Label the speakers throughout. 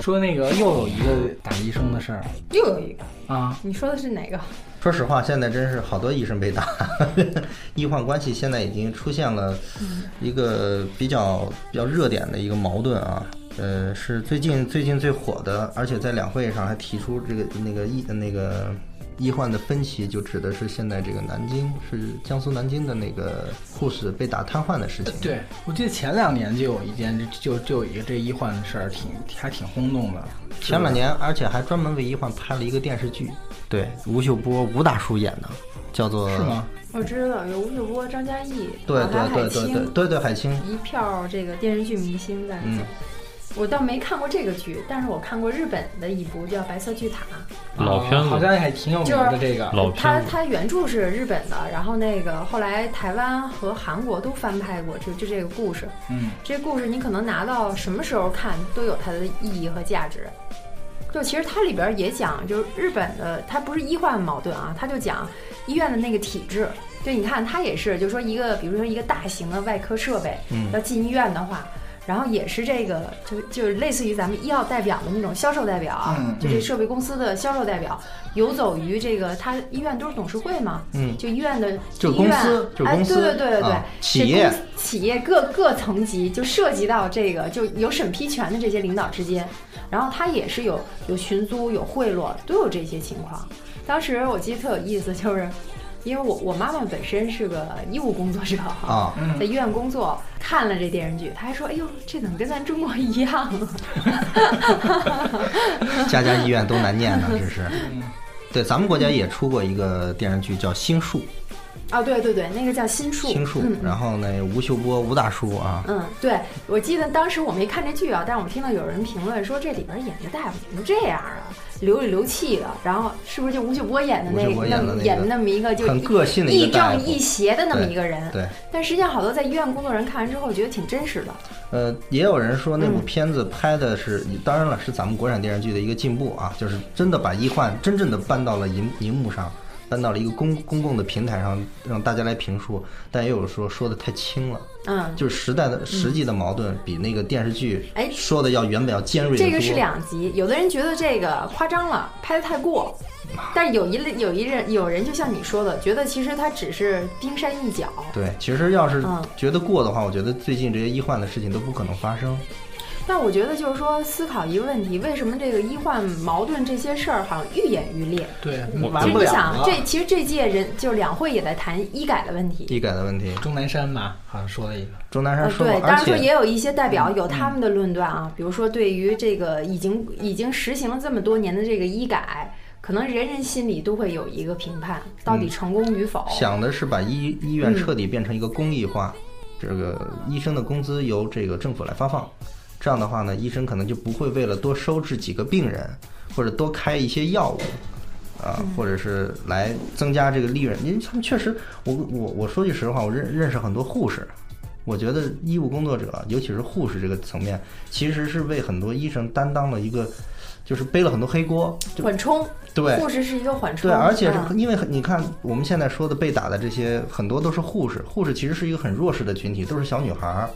Speaker 1: 说那个又有一个打医生的事儿
Speaker 2: 又有一个，
Speaker 1: 啊，
Speaker 2: 你说的是哪个？
Speaker 3: 说实话，现在真是好多医生被打， 医患关系现在已经出现了
Speaker 2: 嗯
Speaker 3: 一个比较比较热点的一个矛盾啊。呃，是最近最近最火的，而且在两会上还提出这个那个医那个医患的分歧，就指的是现在这个南京是江苏南京的那个护士被打瘫痪的事情。
Speaker 1: 呃对，我记得前两年就有一件，就就有一个这医患的事儿，挺还挺轰动的。
Speaker 3: 前两年，而且还专门为医患拍了一个电视剧，对，吴秀波、吴大叔演的，叫做
Speaker 4: 呃
Speaker 1: 是吗？？
Speaker 2: 我知道有吴秀波、张嘉译、
Speaker 3: 对
Speaker 2: 还有海
Speaker 3: 对对对对
Speaker 2: 清，
Speaker 3: 对对，海清，
Speaker 2: 一票这个电视剧明星在。
Speaker 3: 嗯，
Speaker 2: 我倒没看过这个剧，但是我看过日本的一部叫《白色巨塔》，
Speaker 4: 老片
Speaker 1: 啊好
Speaker 4: 子，
Speaker 1: 像还挺有名的这个。
Speaker 3: 哦
Speaker 4: 老
Speaker 2: 它
Speaker 4: 片子，
Speaker 2: 它原著是日本的，然后那个后来台湾和韩国都翻拍过，就就这个故事。
Speaker 1: 嗯，
Speaker 2: 这故事你可能拿到什么时候看都有它的意义和价值。就其实它里边也讲，就是日本的，它不是医患矛盾啊，它就讲医院的那个体制。对，你看它也是，就是说一个，比如说一个大型的外科设备，
Speaker 3: 嗯
Speaker 2: 要进医院的话，然后也是这个，就就是类似于咱们医药代表的那种销售代表啊，
Speaker 1: 嗯
Speaker 2: 就这设备公司的销售代表，游走于这个，它医院都是董事会嘛，
Speaker 3: 嗯
Speaker 2: 就医院的
Speaker 3: 就
Speaker 2: 医
Speaker 3: 公
Speaker 2: 院
Speaker 3: 司就
Speaker 2: 哎，
Speaker 3: 公司
Speaker 2: 对对对对对，
Speaker 3: 啊
Speaker 2: 这
Speaker 3: 企业
Speaker 2: 公司企业各各层级就涉及到这个，就有审批权的这些领导之间，然后他也是有有寻租、有贿赂，都有这些情况。当时我记得特有意思，就是因为我我妈妈本身是个医务工作者
Speaker 3: 啊，
Speaker 2: 在医院工作，看了这电视剧，她还说：“哎呦，这怎么跟咱中国一样？”
Speaker 3: 家家医院都难念呢， 这是。对，咱们国家也出过一个电视剧叫《星术》，
Speaker 2: 啊，对对对，那个叫心术，
Speaker 3: 星术
Speaker 2: 嗯，
Speaker 3: 然后呢，吴秀波、吴大叔啊，
Speaker 2: 嗯，对，我记得当时我没看这剧啊，但是我听到有人评论说这里边演的大夫怎么这样啊，流里流气的，然后是不是就吴秀波演的那
Speaker 3: 吴秀波演
Speaker 2: 那
Speaker 3: 的
Speaker 2: 么
Speaker 3: 那个
Speaker 2: 演的那么一个就
Speaker 3: 很个性的一
Speaker 2: 亦
Speaker 3: 个大
Speaker 2: 正亦
Speaker 3: 夫。
Speaker 2: 邪的那么一个人？
Speaker 3: 对，
Speaker 2: 但实际上好多在医院工作人看完之后觉得挺真实的。
Speaker 3: 呃，也有人说那部
Speaker 2: 嗯
Speaker 3: 片子拍的是，当然了，是咱们国产电视剧的一个进步啊，就是真的把医患真正的搬到了银银幕上，搬到了一个公公共的平台上，让大家来评述。但也有人说说的太轻了，
Speaker 2: 嗯，
Speaker 3: 就是时代的实际的矛盾比那个电视剧
Speaker 2: 哎
Speaker 3: 说的要原本要尖锐得多。
Speaker 2: 这个是两极，有的人觉得这个夸张了，拍的太 过，但有一类有一人有人就像你说的，觉得其实他只是冰山一角。
Speaker 3: 对，其实要是
Speaker 2: 嗯
Speaker 3: 觉得过的话，我觉得最近这些医患的事情都不可能发生。
Speaker 2: 但我觉得就是说，思考一个问题，为什么这个医患矛盾这些事儿好像愈演愈烈？
Speaker 1: 对，
Speaker 4: 我
Speaker 2: 其
Speaker 1: 完
Speaker 2: 实
Speaker 1: 不
Speaker 2: 你
Speaker 1: 了
Speaker 2: 想，
Speaker 1: 了。
Speaker 2: 这其实这届人就是两会也在谈医改的问题。
Speaker 3: 医改的问题，
Speaker 1: 钟南山吧，好像说了一个。
Speaker 3: 钟南
Speaker 2: 呃，
Speaker 3: 山说过，
Speaker 2: 对，当
Speaker 3: 而
Speaker 2: 然说
Speaker 3: 且嗯
Speaker 2: 也有一些代表有他们的论断啊，比如说对于这个已经已经实行了这么多年的这个医改，可能人人心里都会有一个评判，到底成功与否。
Speaker 3: 嗯想的是把医医院彻底变成一个公益化，这个医生的工资由这个政府来发放。这样的话呢，医生可能就不会为了多收治几个病人，或者多开一些药物，啊，或者是来增加这个利润。因为他们确实，我我我说句实话，我认认识很多护士，我觉得医务工作者，尤其是护士这个层面，其实是为很多医生担当了一个，就是背了很多黑锅。就
Speaker 2: 缓冲，
Speaker 3: 对，
Speaker 2: 护士是一个缓冲，
Speaker 3: 对，而且
Speaker 2: 嗯
Speaker 3: 是因为很你看我们现在说的被打的这些，很多都是护士，护士其实是一个很弱势的群体，都是小女孩儿，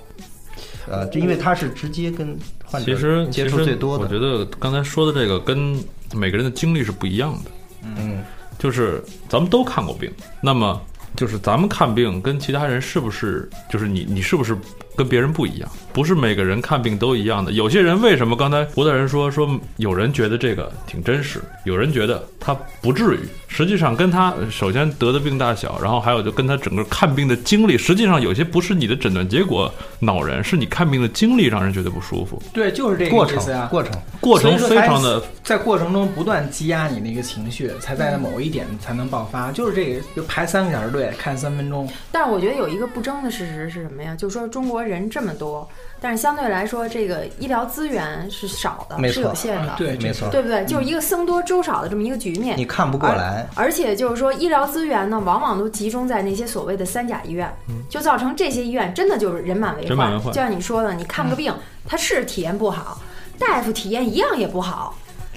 Speaker 3: 呃，就因为她是直接跟患者
Speaker 4: 其实
Speaker 3: 接
Speaker 4: 其
Speaker 3: 触
Speaker 4: 实
Speaker 3: 最多
Speaker 4: 我
Speaker 3: 的，
Speaker 4: 觉得刚才说的这个跟每个人的经历是不一样的，
Speaker 3: 嗯，
Speaker 4: 就是咱们都看过病，那么就是咱们看病跟其他人是不是就是你你是不是跟别人不一样？不是每个人看病都一样的。有些人为什么刚才胡大人说说有人觉得这个挺真实，有人觉得他不至于，实际上跟他呃首先得的病大小，然后还有就跟他整个看病的经历，实际上有些不是你的诊断结果恼人，是你看病的经历让人觉得不舒服，
Speaker 1: 对，就是这
Speaker 3: 过
Speaker 1: 个意思
Speaker 3: 程
Speaker 1: 啊。
Speaker 3: 过 程，
Speaker 4: 过程
Speaker 1: 所以说
Speaker 4: 非
Speaker 1: 才
Speaker 4: 常的
Speaker 1: 在过程中不断积压你那个情绪，才在某一点才能爆发。就是这个，就排三个小时队，看三分钟。
Speaker 2: 但是我觉得有一个不争的事实是什么呀？就说中国人这么多，但是相对来说，这个医疗资源是少
Speaker 3: 没
Speaker 2: 的，
Speaker 3: 错
Speaker 2: 是有限的，
Speaker 1: 嗯对，
Speaker 3: 没错
Speaker 2: 对不对？就是一个僧多粥少的这么一个局面。
Speaker 3: 你看不过来，
Speaker 2: 而且就是说，医疗资源呢，往往都集中在那些所谓的三甲医院，
Speaker 1: 嗯
Speaker 2: 就造成这些医院真的就是人满为
Speaker 4: 人满为患
Speaker 2: 就像你说的，你看个病，他是体验不好，大夫体验一样也不好。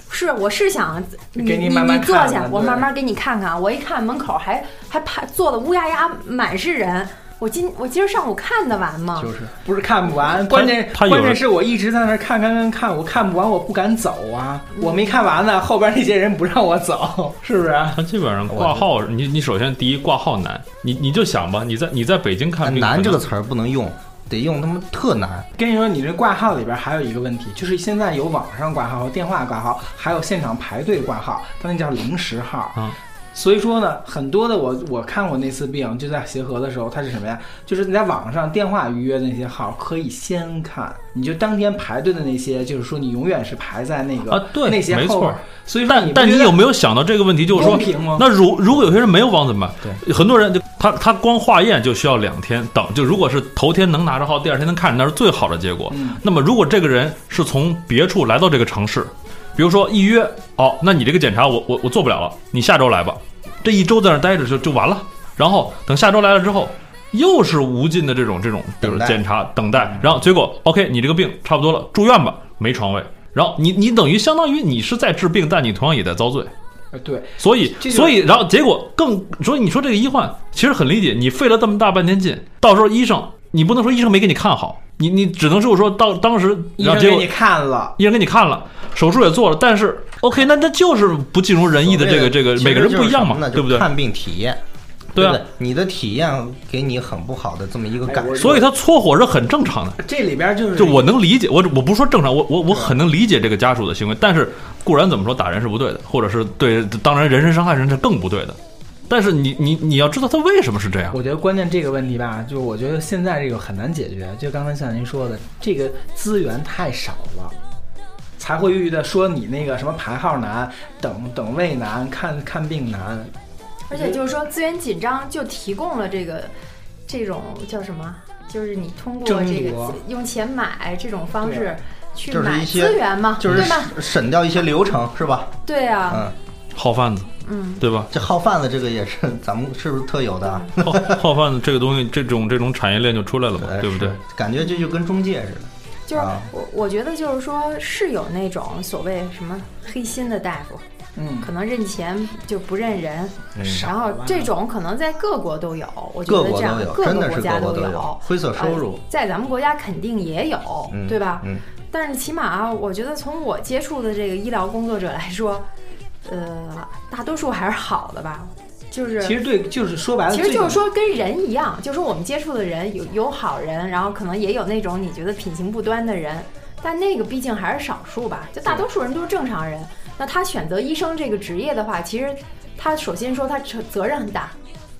Speaker 2: 是，我是想你
Speaker 1: 给你
Speaker 2: 你
Speaker 1: 慢慢
Speaker 2: 坐
Speaker 1: 看
Speaker 2: 下
Speaker 1: 看，
Speaker 2: 我
Speaker 1: 对
Speaker 2: 慢慢给你看看。我一看门口还还排坐的乌压压，满是人。我今我今儿上午看得完吗？
Speaker 3: 就是
Speaker 1: 不是看不完，关键
Speaker 4: 啊他有
Speaker 1: 关键是我一直在那儿看看看看，我看不完，我不敢走啊，我没看完呢，后边那些人不让我走，是不啊是？
Speaker 4: 它 基本上挂号，你你首先第一挂号难，你你就想吧，你在你在北京 看病
Speaker 3: 哎难
Speaker 4: 可能
Speaker 3: 这个词儿不能用，得用他妈特难。
Speaker 1: 跟你说，你这挂号里边还有一个问题，就是现在有网上挂号、电话挂号，还有现场排队挂号，它那叫临时号。
Speaker 4: 嗯
Speaker 1: 所以说呢，很多的我我看过那次病，就在协和的时候，它是什么呀？就是你在网上电话预约的那些号可以先看，你就当天排队的那些，就是说你永远是排在那个
Speaker 4: 啊，对，
Speaker 1: 那些
Speaker 4: 没
Speaker 1: 后边
Speaker 4: 错。。
Speaker 1: 所以说
Speaker 4: 但
Speaker 1: 不
Speaker 4: 但
Speaker 1: 觉
Speaker 4: 你
Speaker 1: 得
Speaker 4: 有没有想到这个问题？就是说
Speaker 1: 公，平吗？
Speaker 4: 那如如果有些人没有网怎么办？对，很多人就他他光化验就需要两天等，就如果是头天能拿着号，第二天能看着，那是最好的结果。
Speaker 1: 嗯，
Speaker 4: 那么如果这个人是从别处来到这个城市，比如说一约，哦，那你这个检查我我我做不了了，你下周来吧。这一周在那儿待着就就完了，然后等下周来了之后，又是无尽的这种这种比如
Speaker 3: 等待嗯
Speaker 4: 检查等待，然后结果 OK，你这个病差不多了，住院吧，没床位。然后你你等于相当于你是在治病，但你同样也在遭罪，
Speaker 1: 呃对，
Speaker 4: 所以
Speaker 1: 这就是
Speaker 4: 所以然后结果更所以你说这个医患其实很理解，你费了这么大半天劲，到时候医生你不能说医生没给你看好，你你只能是说到当时
Speaker 1: 医生
Speaker 4: 然后结
Speaker 1: 给
Speaker 4: 果
Speaker 1: 你看了，
Speaker 4: 医生给你看了，手术也做了，但是 OK，那那就是不尽如人意的这个这个，
Speaker 3: 其实
Speaker 4: 每个人不
Speaker 3: 就
Speaker 4: 一样
Speaker 3: 是什么
Speaker 4: 嘛，
Speaker 3: 呢
Speaker 4: 对不
Speaker 3: 就
Speaker 4: 对？
Speaker 3: 看病体验，
Speaker 4: 对啊
Speaker 3: 不，你的体验给你很不好的这么一个
Speaker 1: 哎
Speaker 3: 感
Speaker 1: 我
Speaker 3: 受。
Speaker 4: 所以他搓火是很正常的，
Speaker 1: 这里边就是
Speaker 4: 就我能理解，我我不是说正常，我我我很能理解这个家属的行为，但是固然怎么说打人是不对的，或者是对，当然人身伤害人是更不对的，但是你你你要知道他为什么是这样，
Speaker 1: 我觉得关键这个问题吧，就是我觉得现在这个很难解决。就刚才像您说的，这个资源太少了，才会遇到说你那个什么排号难、等等位难、看看病难。
Speaker 2: 而
Speaker 3: 嗯
Speaker 2: 且就是说资源紧张，就提供了这个这种叫什么？就是你通过这
Speaker 1: 争
Speaker 2: 个
Speaker 1: 夺
Speaker 2: 用钱买这种方
Speaker 1: 对
Speaker 2: 式去
Speaker 3: 啊就是
Speaker 2: 买
Speaker 3: 一些
Speaker 2: 资源嘛，
Speaker 3: 就是
Speaker 2: 对吧？
Speaker 3: 省掉一些流程是吧？
Speaker 2: 对啊，
Speaker 3: 嗯，
Speaker 4: 好贩子，
Speaker 2: 嗯，
Speaker 4: 对吧？
Speaker 3: 这号贩子这个也是 咱们是不是特有的啊？
Speaker 1: 嗯
Speaker 4: 好好贩子这个东西，这种这种产业链就出来了嘛，对不对
Speaker 3: 哎呃是？？感觉这就跟中介似的。
Speaker 2: 就是
Speaker 3: 啊
Speaker 2: 我我觉得就是说是有那种所谓什么黑心的大夫，
Speaker 1: 嗯，
Speaker 2: 可能认钱就不认人，
Speaker 3: 嗯
Speaker 1: 少
Speaker 2: 然后
Speaker 1: 了
Speaker 2: 这种可能在各国都有，我觉
Speaker 3: 各
Speaker 2: 得
Speaker 3: 国
Speaker 2: 这样
Speaker 3: 都有，
Speaker 2: 各
Speaker 3: 真
Speaker 2: 个
Speaker 3: 的
Speaker 2: 国
Speaker 3: 是
Speaker 2: 家
Speaker 3: 各
Speaker 2: 都
Speaker 3: 国都有。灰色收入
Speaker 2: 呃，啊在咱们国家肯定也有，
Speaker 3: 嗯
Speaker 2: 对吧？
Speaker 3: 嗯，
Speaker 2: 但是起码、啊我觉得从我接触的这个医疗工作者来说，呃，大多数还是好的吧，就是
Speaker 1: 其实对，就是说白了，
Speaker 2: 其实就
Speaker 1: 最
Speaker 2: 是说跟人一样，就是我们接触的人有有好人，然后可能也有那种你觉得品行不端的人，但那个毕竟还是少数吧，就大多数人都是正常人。那他选择医生这个职业的话，其实他首先说他责责任很大，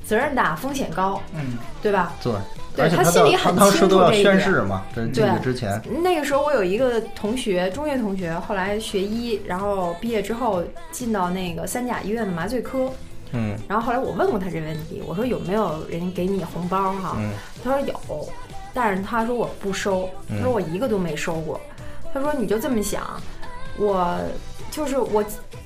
Speaker 2: 责任大，风险高，
Speaker 1: 嗯，
Speaker 2: 对吧？
Speaker 3: 对。
Speaker 2: 对
Speaker 3: 而且
Speaker 2: 他
Speaker 3: 他
Speaker 2: 心里
Speaker 3: 到他
Speaker 2: 很
Speaker 3: 当
Speaker 2: 清
Speaker 3: 时都
Speaker 2: 楚
Speaker 3: 要
Speaker 2: 这一
Speaker 3: 宣
Speaker 2: 点
Speaker 3: 誓嘛，这进去
Speaker 2: 对嗯
Speaker 3: 之前，
Speaker 2: 那个时候我有一个同学，中学同学，后来学医，然后毕业之后进到那个三甲医院的麻醉科，
Speaker 3: 嗯
Speaker 2: 然后后来我问过他这问题，我说有没有人给你红包哈、
Speaker 3: 嗯，
Speaker 2: 他说有，但是他说我不收，他说我
Speaker 3: 嗯
Speaker 2: 一个都没收过。他说你就这么想，我就是我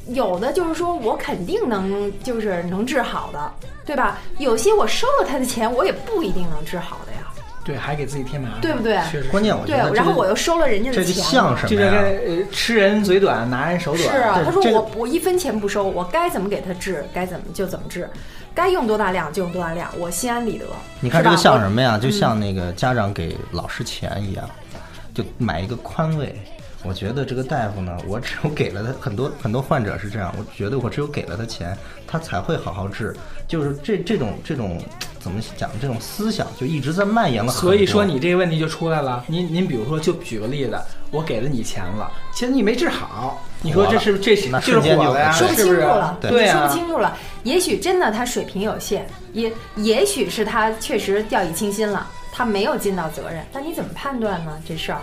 Speaker 2: 有的就是说我肯定能就是能治好的，对吧？有些我收了他的钱，我也不一定能治好的呀，
Speaker 1: 对，还给自己添麻烦，
Speaker 2: 对不对
Speaker 1: 确实是，
Speaker 3: 关键我觉
Speaker 2: 对
Speaker 3: 得。这
Speaker 2: 然后
Speaker 3: 就
Speaker 2: 我又收了人家
Speaker 3: 这
Speaker 2: 的
Speaker 3: 就
Speaker 2: 钱。
Speaker 3: 像什
Speaker 1: 这
Speaker 3: 么
Speaker 1: 就跟
Speaker 3: 呀？
Speaker 1: 呃吃人嘴短，拿人手
Speaker 2: 是
Speaker 1: 短。
Speaker 2: 啊，
Speaker 3: 对
Speaker 2: 他说
Speaker 3: 这个
Speaker 2: 我我一分钱不收，我该怎么给他治，该怎么就怎么治，该用多大量就用多大量，我心安理得。
Speaker 3: 你看
Speaker 2: 是
Speaker 3: 这
Speaker 2: 吧
Speaker 3: 个像
Speaker 2: 我嗯
Speaker 3: 什么呀？就像那个家长给老师钱一样，就买一个宽慰。我觉得这个大夫呢，我只有给了他很多很多患者是这样，我觉得我只有给了他钱，他才会好好治。就是这这种这种怎么讲？这种思想就一直在蔓延了很多。
Speaker 1: 所以说你这个问题就出来了。您您比如说，就举个例子，我给了你钱了，其实你没治好，你说
Speaker 3: 火
Speaker 1: 这
Speaker 3: 了
Speaker 1: 是这是
Speaker 3: 那
Speaker 1: 就是
Speaker 3: 瞬间
Speaker 1: 火
Speaker 3: 就
Speaker 1: 了呀，
Speaker 2: 说不
Speaker 1: 是不
Speaker 2: 清楚
Speaker 1: 是
Speaker 2: 了，？
Speaker 3: 对
Speaker 1: 对
Speaker 2: 说
Speaker 1: 啊
Speaker 2: 不，清楚了。也许真的他水平有限，也也许是他确实掉以轻心了，他没有尽到责任。那你怎么判断呢？这事儿，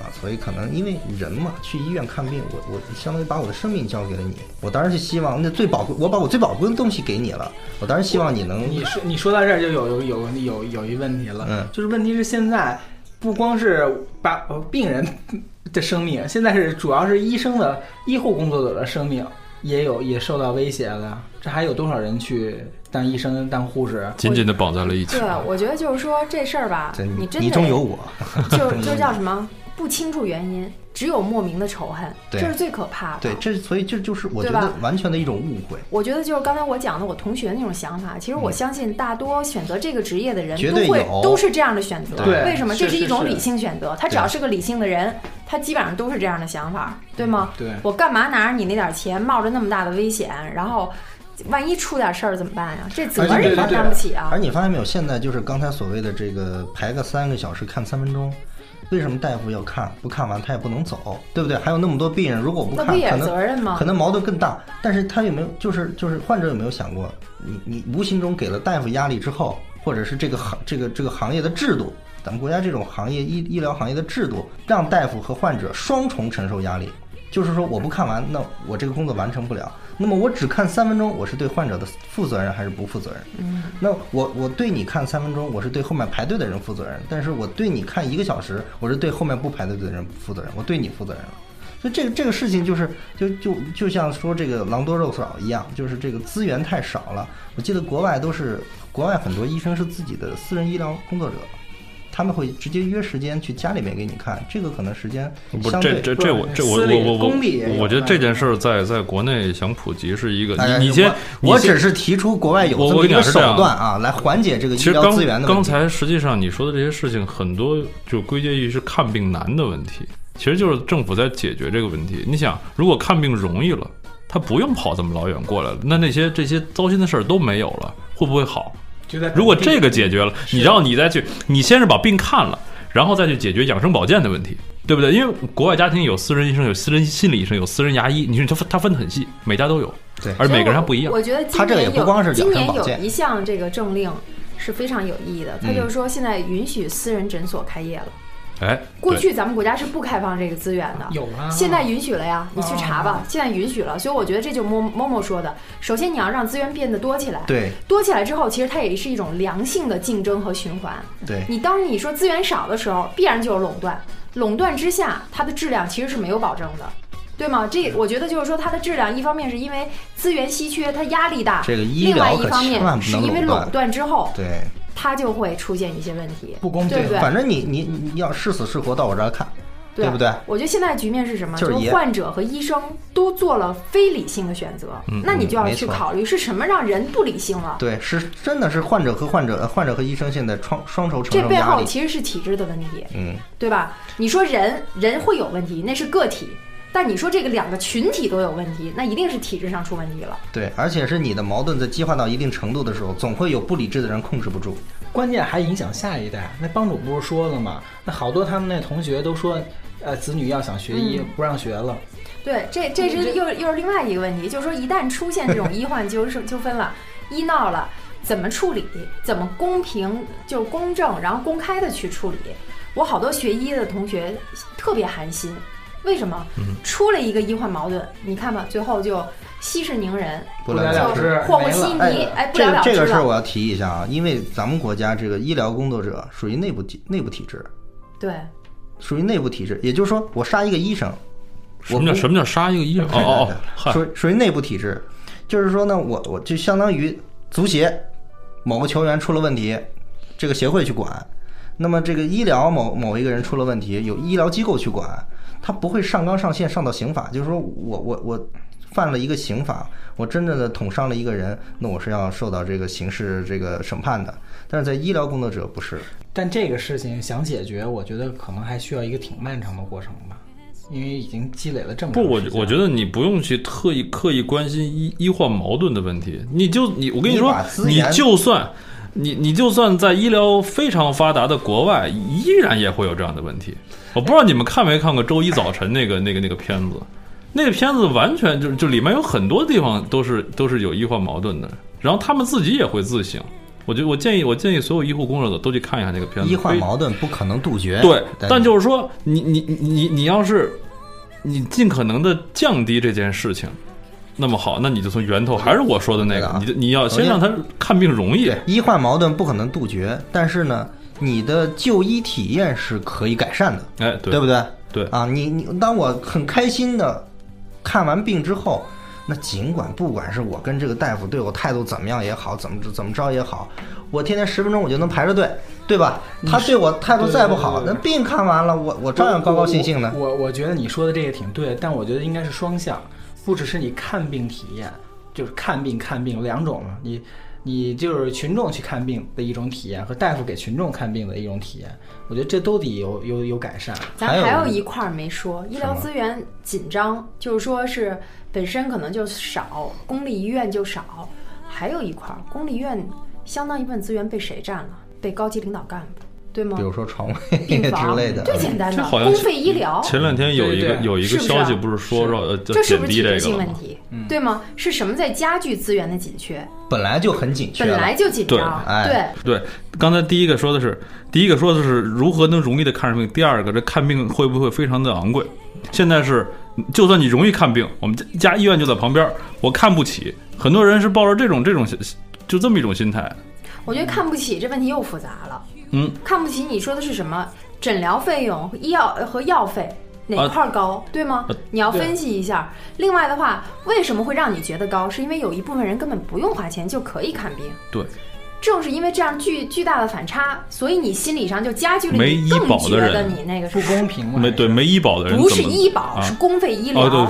Speaker 3: 啊，所以可能因为人嘛，去医院看病，我我相当于把我的生命交给了你，我当然是希望那最宝贵，我把我最宝贵的东西给你了，我当然希望你能
Speaker 1: 你说你说到这儿就有有有有有一问题了，
Speaker 3: 嗯
Speaker 1: 就是问题是现在不光是把呃病人的生命，现在是主要是医生的医护工作者的生命也有也受到威胁了，这还有多少人去当医生当护士？
Speaker 4: 紧紧的绑在了一起
Speaker 2: 啊 对。，我觉得就是说这事儿吧
Speaker 3: 真，
Speaker 2: 你真
Speaker 3: 你
Speaker 2: 的
Speaker 3: 中有我，
Speaker 2: 就就叫什么？不清楚原因，只有莫名的仇恨，
Speaker 3: 对
Speaker 2: 这是最可怕的。
Speaker 3: 对，这所以这就是我觉
Speaker 2: 对
Speaker 3: 得
Speaker 2: 吧
Speaker 3: 完全的一种误会，
Speaker 2: 我觉得就是刚才我讲的我同学那种想法，其实我相信大多选择这个职业的人
Speaker 3: 嗯绝
Speaker 2: 都
Speaker 3: 对
Speaker 2: 会
Speaker 3: 有
Speaker 2: 都是这样的选择。
Speaker 1: 对
Speaker 2: 为什么？
Speaker 1: 是
Speaker 2: 这一种
Speaker 1: 是是
Speaker 2: 理性选择，他只要是个理性的人，他基本上都是这样的想法，对吗？
Speaker 1: 对
Speaker 3: 嗯
Speaker 2: 我干嘛拿着你那点钱，冒着那么大的危险，然后万一出点事儿怎么办呀？这责
Speaker 1: 而且
Speaker 2: 任
Speaker 1: 对
Speaker 2: 他
Speaker 1: 对对
Speaker 2: 担不起啊
Speaker 3: 而！你发现没有，现在就是刚才所谓的这个排个三个小时看三分钟，为什么大夫要看？不看完他也不能走，对不对？还有那么多病人，如果我不
Speaker 2: 那
Speaker 3: 看，
Speaker 2: 不也
Speaker 3: 可
Speaker 2: 是
Speaker 3: 能
Speaker 2: 责任吗
Speaker 3: 可？能矛盾更大。但是他有没有就是就是患者有没有想过，你你无形中给了大夫压力之后，或者是这个行这个这个行业的制度，咱们国家这种行业医医疗行业的制度，让大夫和患者双重承受压力。就是说，我不看完，那我这个工作完成不了。那么我只看三分钟，我是对患者的负责任还是不负责任？
Speaker 2: 嗯
Speaker 3: 那我我对你看三分钟，我是对后面排队的人负责任；但是我对你看一个小时，我是对后面不排队的人负责任，我对你负责任了。所以这个这个事情就是就就就像说这个狼多肉少一样，就是这个资源太少了。我记得国外都是国外很多医生是自己的私人医疗工作者，他们会直接约时间去家里面给你看，这个可能时间
Speaker 4: 不，
Speaker 3: 相
Speaker 4: 这
Speaker 3: 对
Speaker 4: 这这我这我
Speaker 1: 私立
Speaker 4: 我我
Speaker 1: 公立也有
Speaker 4: 我，我觉得这件事儿在在国内想普及是一个，
Speaker 3: 哎
Speaker 4: 你你先，
Speaker 3: 我，我
Speaker 4: 你先
Speaker 3: 只是提出国外有
Speaker 4: 我
Speaker 3: 这么
Speaker 4: 我跟
Speaker 3: 一
Speaker 4: 你
Speaker 3: 个
Speaker 4: 讲是
Speaker 3: 手
Speaker 4: 这样
Speaker 3: 段啊，来缓解这个
Speaker 4: 其
Speaker 3: 医
Speaker 4: 实
Speaker 3: 疗
Speaker 4: 刚
Speaker 3: 资源的问
Speaker 4: 刚
Speaker 3: 题。
Speaker 4: 才实际上你说的这些事情，很多就归结于是看病难的问题，其实就是政府在解决这个问题。你想，如果看病容易了，他不用跑这么老远过来了，那那些这些糟心的事儿都没有了，会不会好？
Speaker 1: 就在
Speaker 4: 如果这个解决了，
Speaker 1: 是
Speaker 4: 你让你再去，你先是把病看了，然后再去解决养生保健的问题，对不对？因为国外家庭有私人医生，有私人心理医生，有私人牙医，你说他分他分得很细，每家都有，
Speaker 3: 对
Speaker 4: 而每个人还不一样
Speaker 2: 我。我觉得
Speaker 3: 他
Speaker 2: 今
Speaker 3: 这个也
Speaker 2: 年
Speaker 3: 不
Speaker 2: 有
Speaker 3: 光是
Speaker 2: 今
Speaker 3: 养生
Speaker 2: 年
Speaker 3: 保
Speaker 2: 有
Speaker 3: 健
Speaker 2: 一项这个政令是非常有意义的，它
Speaker 3: 嗯
Speaker 2: 就是说现在允许私人诊所开业了。
Speaker 4: 哎，
Speaker 2: 过
Speaker 4: 对
Speaker 2: 去咱们国家是不开放这个资源的，
Speaker 1: 有啊，
Speaker 2: 现在允许了呀，
Speaker 3: 哦
Speaker 2: 你去查吧。现在允许了，所以我觉得这就摸摸摸说的，首先你要让资源变得多起来，
Speaker 3: 对
Speaker 2: 多起来之后，其实它也是一种良性的竞争和循环。
Speaker 3: 对，
Speaker 2: 你当你说资源少的时候，必然就有垄断，垄断之下，它的质量其实是没有保证的，对吗？
Speaker 3: 嗯
Speaker 2: 这我觉得就是说，它的质量一方面是因为资源稀缺，它压力大；
Speaker 3: 这个医
Speaker 2: 另外
Speaker 3: 疗
Speaker 2: 一
Speaker 3: 可
Speaker 2: 方
Speaker 3: 千
Speaker 2: 面
Speaker 3: 万不
Speaker 2: 是
Speaker 3: 能
Speaker 2: 因为
Speaker 3: 垄
Speaker 2: 垄
Speaker 3: 断。
Speaker 2: 断之后，
Speaker 3: 对，
Speaker 2: 它就会出现一些问题，
Speaker 1: 不公平
Speaker 2: 对不对？
Speaker 3: 反正你你你要是死是活到我这儿看，
Speaker 2: 对啊
Speaker 3: 对不对？
Speaker 2: 我觉得现在局面是什么？
Speaker 3: 就是
Speaker 2: 是
Speaker 3: 也
Speaker 2: 患者和医生都做了非理性的选择，那你就要
Speaker 3: 嗯没
Speaker 2: 去
Speaker 3: 错
Speaker 2: 考虑是什么让人不理性了。
Speaker 3: 对，是真的是患者和患者，呃患者和医生现在双双手承
Speaker 2: 这
Speaker 3: 受
Speaker 2: 背
Speaker 3: 压
Speaker 2: 后
Speaker 3: 力。
Speaker 2: 其实是体制的问题，
Speaker 3: 嗯，
Speaker 2: 对吧？你说人人会有问题，那是个体，但你说这个两个群体都有问题，那一定是体制上出问题了。
Speaker 3: 对，而且是你的矛盾在激化到一定程度的时候，总会有不理智的人控制不住。
Speaker 1: 关键还影响下一代。那帮主不是说了吗？那好多他们那同学都说，呃，子女要想学医，不让学了。
Speaker 2: 对，这这是又又是另外一个问题，就是说一旦出现这种医患纠纷 纠纷了，医闹了，怎么处理？怎么公平就公正，然后公开的去处理？我好多学医的同学特别寒心，为什么？出了一个医患矛盾，你看吧，最后就息事宁人，
Speaker 3: 不
Speaker 1: 不了
Speaker 3: 了
Speaker 1: 了
Speaker 3: 了
Speaker 1: 之
Speaker 2: 就和和稀
Speaker 1: 没
Speaker 2: 泥
Speaker 1: 了，
Speaker 2: 哎，不
Speaker 3: 这
Speaker 2: 了
Speaker 3: 个
Speaker 2: 了之
Speaker 3: 这个事儿
Speaker 2: 了。
Speaker 3: 我要提一下啊，因为咱们国家这个医疗工作者属于内部体内部体制，
Speaker 2: 对，
Speaker 3: 属于内部体制，也就是说，我杀一个医生，
Speaker 4: 什
Speaker 3: 我
Speaker 4: 么叫
Speaker 3: 不
Speaker 4: 什么叫杀一个医生？哦哦哦，嗨，
Speaker 3: 属属于内部体制，就是说呢，我我就相当于足协某个球员出了问题，这个协会去管；那么这个医疗某某一个人出了问题，有医疗机构去管，他不会上纲上线上到刑法，就是说我我我犯了一个刑法，我真正的捅伤了一个人，那我是要受到这个刑事这个审判的。但是在医疗工作者不是，
Speaker 1: 但这个事情想解决，我觉得可能还需要一个挺漫长的过程吧，因为已经积累了这么
Speaker 4: 不，
Speaker 1: 长
Speaker 4: 我
Speaker 1: 时间
Speaker 4: 我觉得你不用去特意刻意关心医医患矛盾的问题，你就你我跟
Speaker 3: 你
Speaker 4: 说
Speaker 3: 把，资
Speaker 4: 你
Speaker 3: 源
Speaker 4: 就算你你就算在医疗非常发达的国外，依然也会有这样的问题。我不知道你们看没看过周一早晨那个那个那个片子，那个片子完全就就里面有很多地方都是都是有医患矛盾的，然后他们自己也会自省。我觉得我建议我建议所有医护工作者都去看一下那个片子，
Speaker 3: 医患
Speaker 4: 非
Speaker 3: 矛盾不可能杜绝。
Speaker 4: 对，但就是说，你你你你你要是你尽可能的降低这件事情，那么好，那你就从源头，还是我说的那
Speaker 3: 对的
Speaker 4: 个，
Speaker 3: 啊
Speaker 4: 你就你要先
Speaker 3: 首先
Speaker 4: 让他看病容易
Speaker 3: 对，，医患矛盾不可能杜绝，但是呢，你的就医体验是可以改善的，
Speaker 4: 哎，
Speaker 3: 对不对？
Speaker 4: 对
Speaker 3: 啊，你你当我很开心的看完病之后，那尽管不管是我跟这个大夫对我态度怎么样也好，怎么怎么着也好，我天天十分钟我就能排着队，对吧？他对我态度再不好，
Speaker 1: 对对嗯
Speaker 3: 那
Speaker 1: 对
Speaker 3: 病看完了，我我照样高高兴兴的。
Speaker 1: 我我我觉得你说的这个挺对，但我觉得应该是双向，不只是你看病体验，就是看病看病两种嘛。你你就是群众去看病的一种体验，和大夫给群众看病的一种体验，我觉得这都得有有有改善。
Speaker 2: 咱
Speaker 3: 还有
Speaker 2: 还
Speaker 3: 一
Speaker 2: 有
Speaker 3: 个
Speaker 2: 一块儿没说，医疗
Speaker 3: 什么
Speaker 2: 资源紧张，就是说是本身可能就少，公立医院就少，还有一块儿，公立医院相当一部分资源被谁占了？被高级领导干部，对吗
Speaker 3: 比？如说床 位
Speaker 2: 病
Speaker 3: 之
Speaker 2: 房
Speaker 3: 类的，
Speaker 2: 最简单
Speaker 4: 这
Speaker 2: 的，
Speaker 4: 好像
Speaker 2: 公费医疗，
Speaker 4: 前两天有一个
Speaker 1: 对对
Speaker 4: 有一
Speaker 2: 是
Speaker 4: 个
Speaker 2: 不是啊
Speaker 4: 消息，不是说
Speaker 1: 是
Speaker 4: 说呃
Speaker 2: 这是
Speaker 4: 减
Speaker 2: 不是
Speaker 4: 低
Speaker 2: 体制
Speaker 4: 这个了
Speaker 2: 性问
Speaker 4: 吗？
Speaker 2: 题
Speaker 1: 嗯？
Speaker 2: 对吗？是什么在加剧资源的紧缺？
Speaker 3: 本来就很紧缺
Speaker 2: 本
Speaker 3: 了。
Speaker 2: 来就紧
Speaker 4: 对
Speaker 2: 张，
Speaker 3: 哎
Speaker 2: 对，
Speaker 4: 刚才第一个说的是，第一个说的是如何能容易的看上病，第二个这看病会不会非常的昂贵？现在是，就算你容易看病，我们家家医院就在旁边，我看不起，很多人是抱着这种这种就这么一种心态，
Speaker 2: 我觉得看不起这问题又复杂了。
Speaker 4: 嗯，
Speaker 2: 看不起你说的是什么？诊疗费用、医药呃和药费哪
Speaker 4: 啊
Speaker 2: 块儿高，对吗
Speaker 4: 呃？
Speaker 2: 你要
Speaker 1: 对
Speaker 2: 分析一下。另外的话，为什么会让你觉得高？是因为有一部分人根本不用花钱就可以看病。
Speaker 4: 对。
Speaker 2: 正是因为这样巨巨大的反差，所以你心理上就加剧了
Speaker 4: 没
Speaker 2: 你
Speaker 4: 医
Speaker 2: 更
Speaker 4: 保的
Speaker 2: 觉得
Speaker 4: 人
Speaker 2: 你那个是
Speaker 1: 不公平嘛？
Speaker 4: 没对没医保的人
Speaker 2: 不
Speaker 4: 怎
Speaker 2: 是
Speaker 4: 么
Speaker 2: 医保，
Speaker 4: 啊
Speaker 2: 是公费医疗。
Speaker 4: 哦对，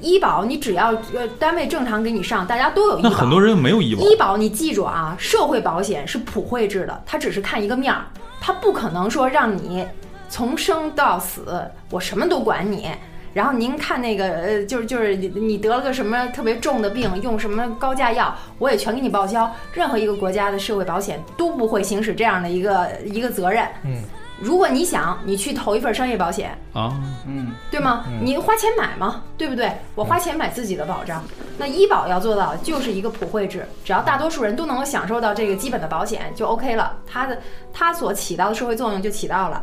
Speaker 2: 医保你只要呃单位正常给你上，大家都有医保。
Speaker 4: 那很多人没有医保，
Speaker 2: 医保你记住啊，社会保险是普惠制的，它只是看一个面儿，它不可能说让你从生到死我什么都管你。然后您看那个呃，就是就是你你得了个什么特别重的病，用什么高价药，我也全给你报销。任何一个国家的社会保险都不会行使这样的一个一个责任。
Speaker 3: 嗯，
Speaker 2: 如果你想，你去投一份商业保险，
Speaker 4: 啊，
Speaker 1: 嗯，
Speaker 2: 对吗？你花钱买嘛，对不对？我花钱买自己的保障。
Speaker 3: 嗯
Speaker 2: 那医保要做到的就是一个普惠制，只要大多数人都能够享受到这个基本的保险就 OK 了，它的它所起到的社会作用就起到了。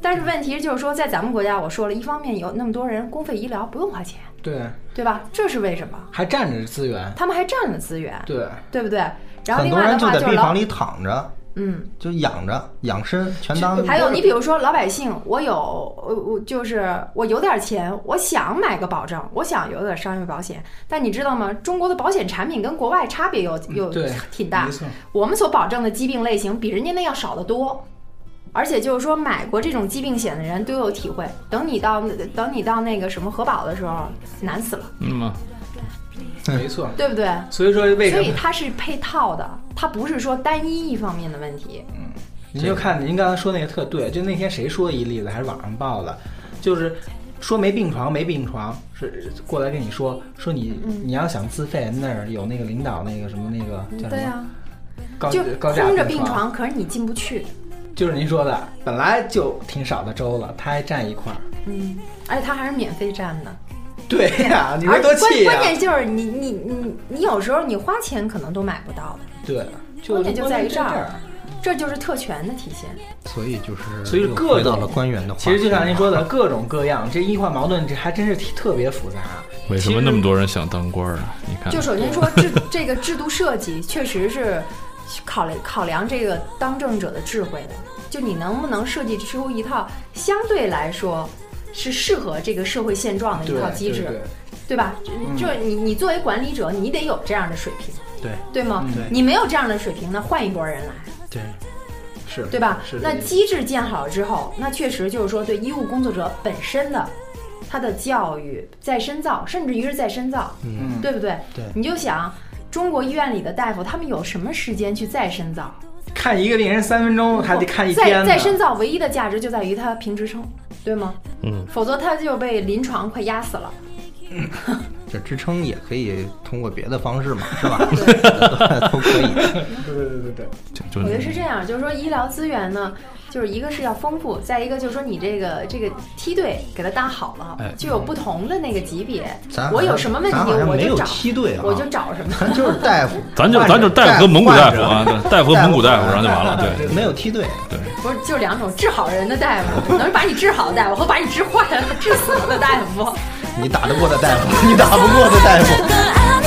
Speaker 2: 但
Speaker 3: 嗯
Speaker 2: 是问题就是说，在咱们国家，我说了一方面有那么多人公费医疗不用花钱，
Speaker 1: 对，
Speaker 2: 对吧？这是为什么？
Speaker 1: 还占着资源。
Speaker 2: 他们还占了资源，
Speaker 1: 对，
Speaker 2: 对不对？然后
Speaker 3: 很
Speaker 2: 另
Speaker 3: 多
Speaker 2: 外
Speaker 3: 人
Speaker 2: 的
Speaker 3: 就
Speaker 2: 话
Speaker 3: 在
Speaker 2: 就是
Speaker 3: 病
Speaker 2: 老
Speaker 3: 房里躺着，
Speaker 2: 嗯，
Speaker 3: 就养着养身，全
Speaker 1: 嗯
Speaker 3: 当
Speaker 2: 还有你比如说老百姓，我有我我就是我有点钱，我想买个保障，我想有点商业保险，但你知道吗？中国的保险产品跟国外差别有有
Speaker 1: 嗯对
Speaker 2: 挺大
Speaker 1: 没，错，
Speaker 2: 我们所保障的疾病类型比人家那要少得多。而且就是说，买过这种疾病险的人都有体会。等你到等你到那个什么核保的时候，难死了，
Speaker 4: 嗯嘛，
Speaker 1: 没错。
Speaker 2: 对不对？
Speaker 1: 所以说，为什
Speaker 2: 所以
Speaker 1: 么
Speaker 2: 它是配套的，它不是说单一一方面的问题。
Speaker 1: 您就看您刚才说那个特对，就那天谁说一例子还是网上报的，就是说没病床没病床，是过来跟你说说你
Speaker 2: 嗯
Speaker 1: 你要想自费那儿有那个领导那个什么那个叫
Speaker 2: 对
Speaker 1: 什么
Speaker 2: 啊，
Speaker 1: 高
Speaker 2: 就
Speaker 1: 高价
Speaker 2: 空着病
Speaker 1: 床，
Speaker 2: 床，可是你进不去。
Speaker 1: 就是您说的本来就挺少的粥了，他还占一块儿，
Speaker 2: 嗯，而且它还是免费占的，
Speaker 1: 对呀、啊你说
Speaker 2: 啊而
Speaker 1: 多气呀、
Speaker 2: 关关键就是你你你你有时候你花钱可能都买不到的，
Speaker 1: 对，
Speaker 2: 关键就在于
Speaker 1: 这
Speaker 2: 这儿。这就是特权的体现。
Speaker 3: 所以就是
Speaker 1: 所以
Speaker 3: 又
Speaker 1: 各
Speaker 3: 回到
Speaker 1: 种
Speaker 3: 了官员的话题
Speaker 1: 其
Speaker 3: 了，
Speaker 1: 实就像您说的，各种各样，这医患矛盾这还真是挺特别复杂。啊
Speaker 4: 为什么那么多人想当官儿啊？你看，
Speaker 2: 就首先说制这个制度设计确实是考虑考量这个当政者的智慧的，就你能不能设计出一套相对来说是适合这个社会现状的
Speaker 1: 对
Speaker 2: 一套机制，
Speaker 1: 对对嗯
Speaker 2: 对吧？这你你作为管理者，你得有这样的水平，
Speaker 3: 对
Speaker 2: 对吗？
Speaker 1: 嗯
Speaker 3: 对
Speaker 2: 你没有这样的水平，那换一拨人来。
Speaker 3: 对
Speaker 1: 是，
Speaker 2: 对吧
Speaker 1: 是？
Speaker 2: 那
Speaker 1: 这个
Speaker 2: 机制建好了之后，那确实就是说对医务工作者本身的他的教育再深造，甚至于是再深造，
Speaker 1: 嗯，
Speaker 2: 对不对？
Speaker 3: 对
Speaker 2: 你就想中国医院里的大夫，他们有什么时间去再深造？
Speaker 1: 看一个病人三分钟还得看一天
Speaker 2: 再
Speaker 1: 呢。
Speaker 2: 再深造，唯一的价值就在于他评职称，对吗？
Speaker 4: 嗯，
Speaker 2: 否则他就被临床快压死了。
Speaker 3: 这支撑也可以通过别的方式嘛，是吧？ 对都可以。
Speaker 1: 对对对对对，
Speaker 4: 就
Speaker 2: 我觉得
Speaker 4: 就是
Speaker 2: 这样，就是说医疗资源呢，就是一个是要丰富，再一个就是说你这个这个梯队给它搭好了，
Speaker 4: 哎
Speaker 2: 就有不同的那个级别
Speaker 3: 咱。
Speaker 2: 我有什么问题
Speaker 3: 咱好像
Speaker 2: 我
Speaker 3: 没
Speaker 2: 就
Speaker 3: 有
Speaker 2: 找，
Speaker 3: 梯队啊
Speaker 2: 我就找什么。
Speaker 3: 咱就是大夫，
Speaker 4: 咱就
Speaker 3: 患者
Speaker 4: 咱就大夫和蒙古大夫，啊，对大夫和蒙古大夫，
Speaker 3: 患
Speaker 4: 然后
Speaker 3: 者
Speaker 4: 就完了， 对
Speaker 3: 没有梯队，
Speaker 2: 不是，就两种治好人的大夫，能把你治好的大夫和把你治坏了、治死了的大夫。
Speaker 3: 你打得过的大夫，你打不过的大夫。
Speaker 5: But I